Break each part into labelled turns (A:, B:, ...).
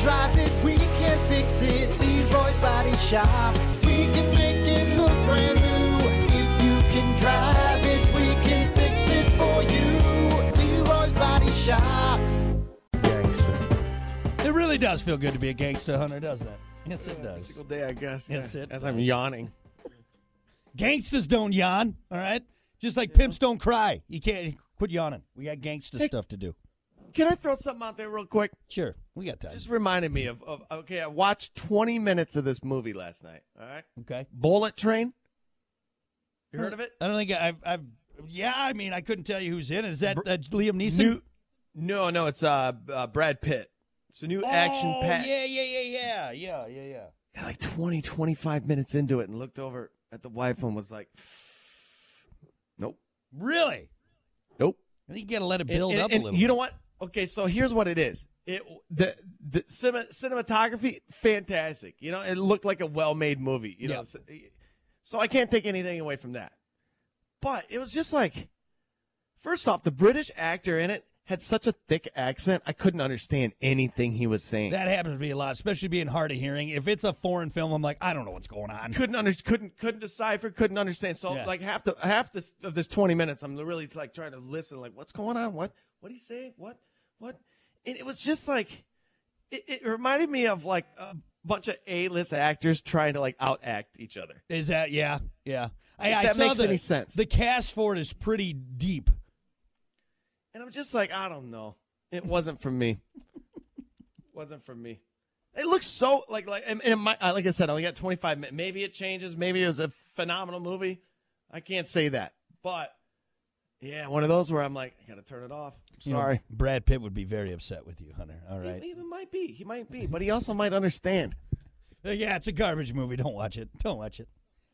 A: drive it, we can fix it. Leroy's Body Shop. We can make it look brand new. If you can drive it, we can fix it for you. Leroy's Body Shop.
B: Gangsta.
C: It really does feel good to be a gangster hunter, doesn't it? Yes, it does.
D: Single day, I guess.
C: Yes, it
D: As I'm yawning.
C: Gangsters don't yawn, all right? Just like pimps don't cry. You can't quit yawning. We got gangster stuff to do.
D: Can I throw something out there real quick?
C: Sure, we got time.
D: Just reminded me of, of okay, I watched 20 minutes of this movie last night. All right.
C: Okay.
D: Bullet Train. You heard of it?
C: I don't think I've, I've. Yeah, I mean, I couldn't tell you who's in it. Is that uh, Liam Neeson?
D: New, no, no, it's uh, uh Brad Pitt. It's a new action
C: oh,
D: pack.
C: Yeah, yeah, yeah, yeah, yeah, yeah, yeah.
D: Got like 20, 25 minutes into it and looked over at the wife and was like, nope,
C: Really?
D: nope.
C: I think you got to let it
D: And-
C: build
D: and-
C: up
D: and
C: a little.
D: You know what? Okay, so here's what it is. It the the cinema, cinematography fantastic. You know, it looked like a well-made movie. You know,
C: Yeah.
D: so, so I can't take anything away from that. But it was just like, first off, the British actor in it had such a thick accent, I couldn't understand anything he was saying.
C: That happens to me a lot, especially being hard of hearing. If it's a foreign film, I'm like, I don't know what's going on.
D: couldn't under, couldn't couldn't decipher, couldn't understand. So
C: Yeah.
D: like half the half this of this twenty minutes, I'm really like trying to listen. Like, what's going on? What what do you say? What what? And it was just like it, it reminded me of like a bunch of A list actors trying to like out act each other.
C: Is that yeah, yeah? I,
D: If
C: I
D: that
C: saw
D: makes
C: the,
D: any sense.
C: The cast for it is pretty deep.
D: And I'm just like, I don't know. It wasn't for me. wasn't for me. It looks so like like and, and my, I- like I said, I only got 25 minutes. Maybe it changes. Maybe it was a phenomenal movie. I can't say that, but yeah, one of those where I'm like, I gotta turn it off. I'm
C: You know,
D: sorry.
C: Brad Pitt would be very upset with you, Hunter. All right.
D: He, he might be. He might be, but he also might understand.
C: Uh, Yeah, it's a garbage movie. Don't watch it. Don't watch it.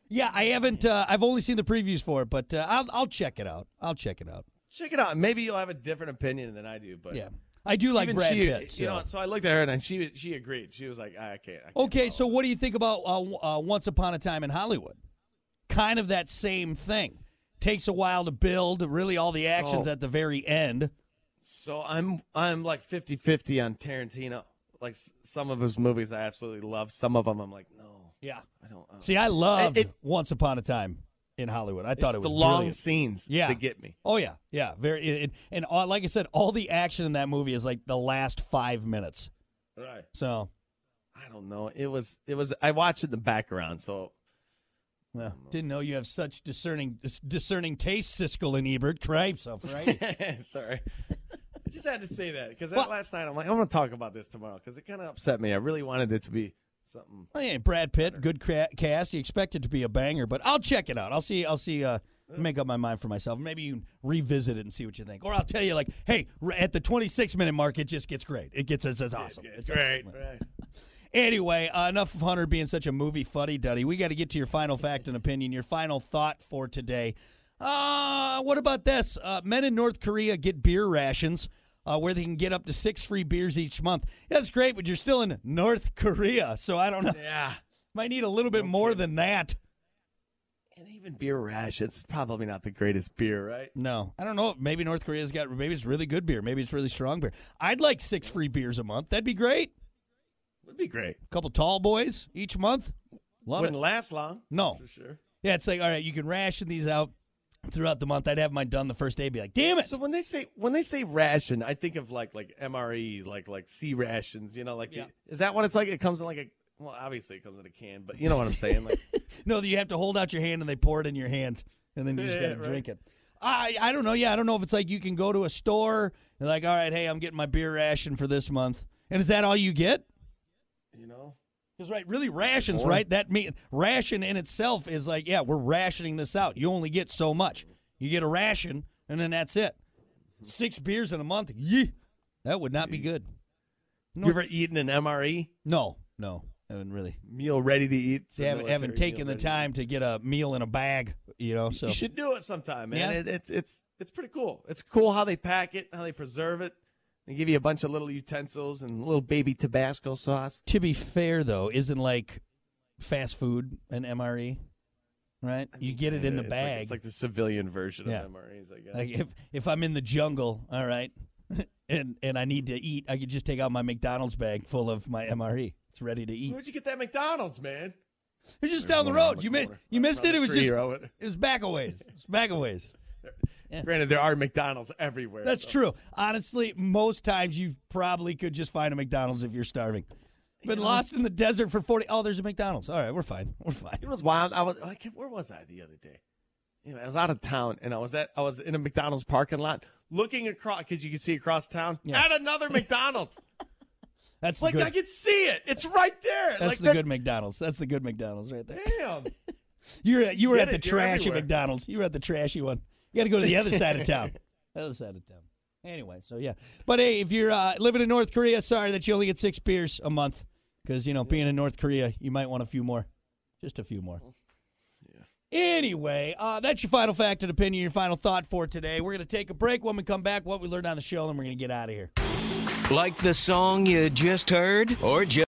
C: Yeah, I haven't. Uh, I've only seen the previews for it, but uh, I'll I'll check it out. I'll check it out.
D: Check it out. Maybe you'll have a different opinion than I do. But
C: Yeah, I do like
D: even
C: Brad
D: she,
C: Pitt. Oh, So.
D: you know. So I looked at her and she she agreed. She was like, I can't. I can't
C: okay,
D: follow
C: so what do you think about uh, w- uh, Once Upon a Time in Hollywood? Kind of that same thing. Takes a while to build. Really, all the actions
D: So-
C: at the very end.
D: So I'm I'm like 50-50 on Tarantino. Like s- some of his movies I absolutely love. Some of them I'm like, no,
C: Yeah.
D: I don't. uh, I don't.
C: See, I loved
D: it-
C: Once Upon a Time in Hollywood. I thought
D: It's
C: it was
D: the long
C: brilliant.
D: scenes
C: Yeah.
D: that get me.
C: Oh yeah, yeah, very. It, it- and all, like I said, all the action in that movie is like the last five minutes.
D: Right.
C: So
D: I don't know. It was it was. I watched it in the background. So
C: well, didn't know you have such discerning dis- discerning taste, Siskel and Ebert. Cripes, all right.
D: sorry. I just had to say that because
C: Well-
D: last night I'm like, I'm gonna talk about this tomorrow because it kind of upset me. I really wanted it to be something.
C: well, yeah, Brad Pitt, good cra- cast. You expect it to be a banger, but I'll check it out. I'll see. I'll see. Uh, make up my mind for myself. Maybe you can revisit it and see what you think, or I'll tell you like, hey, r- at the twenty six minute mark, it just gets great. It gets it's, it's awesome. It's awesome.
D: Right. Right.
C: Anyway, uh, enough of Hunter being such a movie fuddy duddy. We got to get to your final fact and opinion, your final thought for today. Uh, what about this? Uh, men in North Korea get beer rations uh, where they can get up to six free beers each month. That's great, but you're still in North Korea, so I don't know.
D: Yeah.
C: Might need a little bit more than that.
D: And even beer rash. It's probably not the greatest beer, right?
C: No, I don't know. Maybe North Korea's got maybe it's really good beer, maybe it's really strong beer. I'd like six free beers a month. That'd be great.
D: Would be great.
C: A couple tall boys each month. Love it.
D: Wouldn't last long.
C: No,
D: For sure.
C: Yeah, it's like all right, you can ration these out throughout the month. I'd have mine done the first day, be like, damn it.
D: So when they say when they say ration, I think of like like MRE, like like C rations. You know, like
C: Yeah.
D: is that what it's like? It comes in like a well, obviously it comes in a can, but you know what I'm saying? Like
C: No, you have to hold out your hand and they pour it in your hand, and then you just
D: Yeah,
C: gotta
D: right.
C: drink it. I I don't know. Yeah, I don't know if it's like you can go to a store and like, all right, hey, I'm getting my beer ration for this month, and is that all you get?
D: you know,
C: Because right, really rations,
D: Or-
C: right? That mean ration in itself is like, yeah, we're rationing this out. You only get so much. You get a ration, and then that's it. Six beers in a month, yeah, that would not be good. No.
D: you ever eaten an MRE
C: No, no, I wouldn't really.
D: meal ready to eat? It's a
C: They haven't, haven't
D: military
C: taken the
D: meal ready to
C: time to get a meal in a bag, you know.
D: eat.
C: So
D: You should do it sometime, man.
C: Yeah.
D: It, it's it's it's pretty cool. It's cool how they pack it, how they preserve it. They give you a bunch of little utensils and little baby Tabasco sauce.
C: to be fair, though, isn't like fast food an MRE, right? you get it in the
D: It's like-
C: bag.
D: it's like the civilian version
C: Yeah.
D: of MREs, I guess.
C: Like, if if I'm in the jungle, all right, and and I need to eat, I could just take out my McDonald's bag full of my MRE. It's ready to eat.
D: Where'd you get that McDonald's, man?
C: It's just down the
D: one around
C: road.
D: the
C: You missed
D: corner.
C: you missed it.
D: Around
C: It
D: the
C: was
D: tree,
C: just it
D: around it.
C: was back a ways. It's back a ways.
D: Granted, there are McDonald's everywhere.
C: That's
D: so-
C: true. Honestly, most times you probably could just find a McDonald's if you're starving. Been lost in the desert for 40. Oh, there's a McDonald's. All right, we're fine. We're fine.
D: It was wild. I was I can't, where was I the other day? Anyway, I was out of town and I was at I was in a McDonald's parking lot looking across because you can see across town
C: Yeah.
D: at another McDonald's.
C: That's the
D: like
C: good.
D: I can see it. It's right there.
C: that's
D: like
C: the good McDonald's. That's the good McDonald's right there.
D: Damn.
C: You're at, you were
D: Get
C: at the
D: it, you're
C: trashy
D: everywhere.
C: McDonald's. You were at the trashy one. You got to go to the other side of town. Other side of town. Anyway, so yeah. But hey, if you're uh, living in North Korea, sorry that you only get six beers a month because you know being in North Korea, you might want a few more, just a few more. Anyway, uh, that's your final fact and opinion, your final thought for today. We're going to take a break when we come back, what we learned on the show, and we're going to get out of here.
E: Like the song you just heard? Or just